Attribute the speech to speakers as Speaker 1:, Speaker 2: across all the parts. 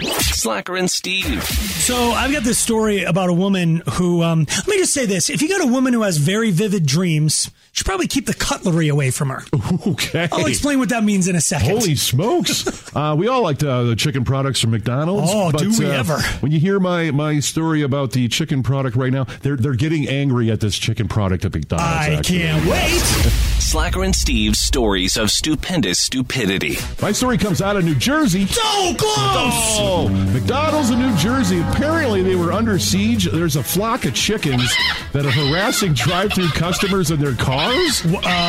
Speaker 1: Slacker and Steve.
Speaker 2: So I've got this story about a woman who. Um, let me just say this: if you got a woman who has very vivid dreams, you should probably keep the cutlery away from her.
Speaker 3: Okay.
Speaker 2: I'll explain what that means in a second.
Speaker 3: Holy smokes! uh, we all liked uh, the chicken products from McDonald's.
Speaker 2: Oh, do we
Speaker 3: uh,
Speaker 2: ever.
Speaker 3: When you hear my my story about the chicken product right now, they're they're getting angry at this chicken product at McDonald's.
Speaker 2: I
Speaker 3: actually.
Speaker 2: can't wait.
Speaker 1: Slacker and Steve's stories of stupendous stupidity.
Speaker 3: My story comes out of New Jersey.
Speaker 2: So close.
Speaker 3: Oh, McDonald's in New Jersey. Apparently, they were under siege. There's a flock of chickens that are harassing drive-through customers in their cars.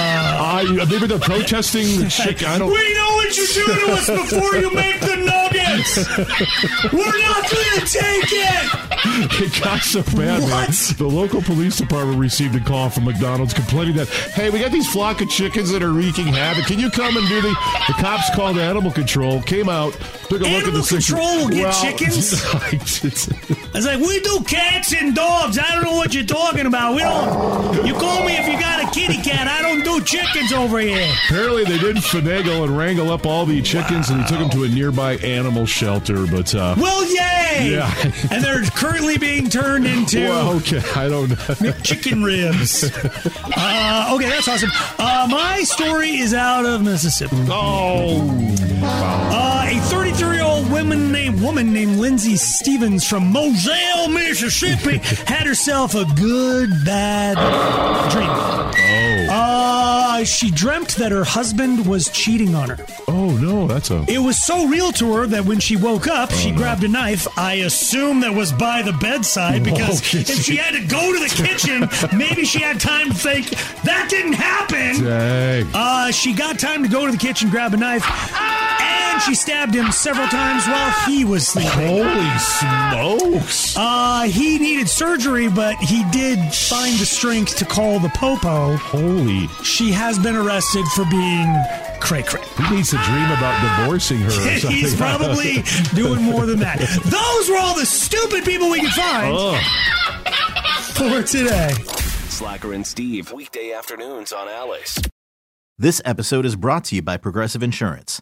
Speaker 3: I, maybe they're protesting the chicken. I don't.
Speaker 2: Uh, We know what you do to us before you make the nuggets. We're not going to take it.
Speaker 3: It got so bad, man.
Speaker 2: What?
Speaker 3: The local police department received a call from McDonald's complaining that, hey, we got these flock of chickens that are wreaking havoc. Can you come and do the. The cops called animal control, came out, took a look at
Speaker 2: Animal
Speaker 3: the situation.
Speaker 2: control will get chickens?
Speaker 3: it's-
Speaker 2: I was like, we do cats and dogs. I don't know what you're talking about. We don't. You call me if you got a kitty cat. I don't do chickens over here.
Speaker 3: apparently, they did finagle and wrangle up all the chickens and they took them to a nearby animal shelter. But, uh,
Speaker 2: Well, yay!
Speaker 3: Yeah.
Speaker 2: and they're currently being turned into
Speaker 3: well, okay, I don't know.
Speaker 2: chicken ribs. uh, okay, that's awesome. Uh, my story is out of Mississippi.
Speaker 3: Oh.
Speaker 2: Uh, a 33-year-old woman named woman named Lindsay Stevens from Moselle, Mississippi, had herself a good bad dream. Uh, she dreamt that her husband was cheating on her.
Speaker 3: Oh, no, that's a.
Speaker 2: It was so real to her that when she woke up, she
Speaker 3: Oh,
Speaker 2: grabbed a knife. I assume that was by the bedside because
Speaker 3: Okay.
Speaker 2: if she had to go to the kitchen, maybe she had time to think that didn't happen.
Speaker 3: Dang.
Speaker 2: Uh, she got time to go to the kitchen, grab a knife, and she stabbed him several times while he was sleeping.
Speaker 3: Holy smokes.
Speaker 2: Uh, he needed surgery, but he did find the strength to call the popo.
Speaker 3: Holy.
Speaker 2: She has been arrested for being cray cray.
Speaker 3: He needs to dream about divorcing her. Or something.
Speaker 2: He's probably doing more than that. Those were all the stupid people we could find
Speaker 3: Ugh.
Speaker 2: for today.
Speaker 1: Slacker and Steve. Weekday afternoons on Alice.
Speaker 4: This episode is brought to you by Progressive Insurance.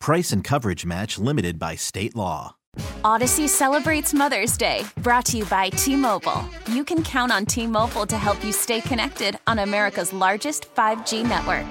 Speaker 4: Price and coverage match limited by state law.
Speaker 5: Odyssey celebrates Mother's Day, brought to you by T Mobile. You can count on T Mobile to help you stay connected on America's largest 5G network.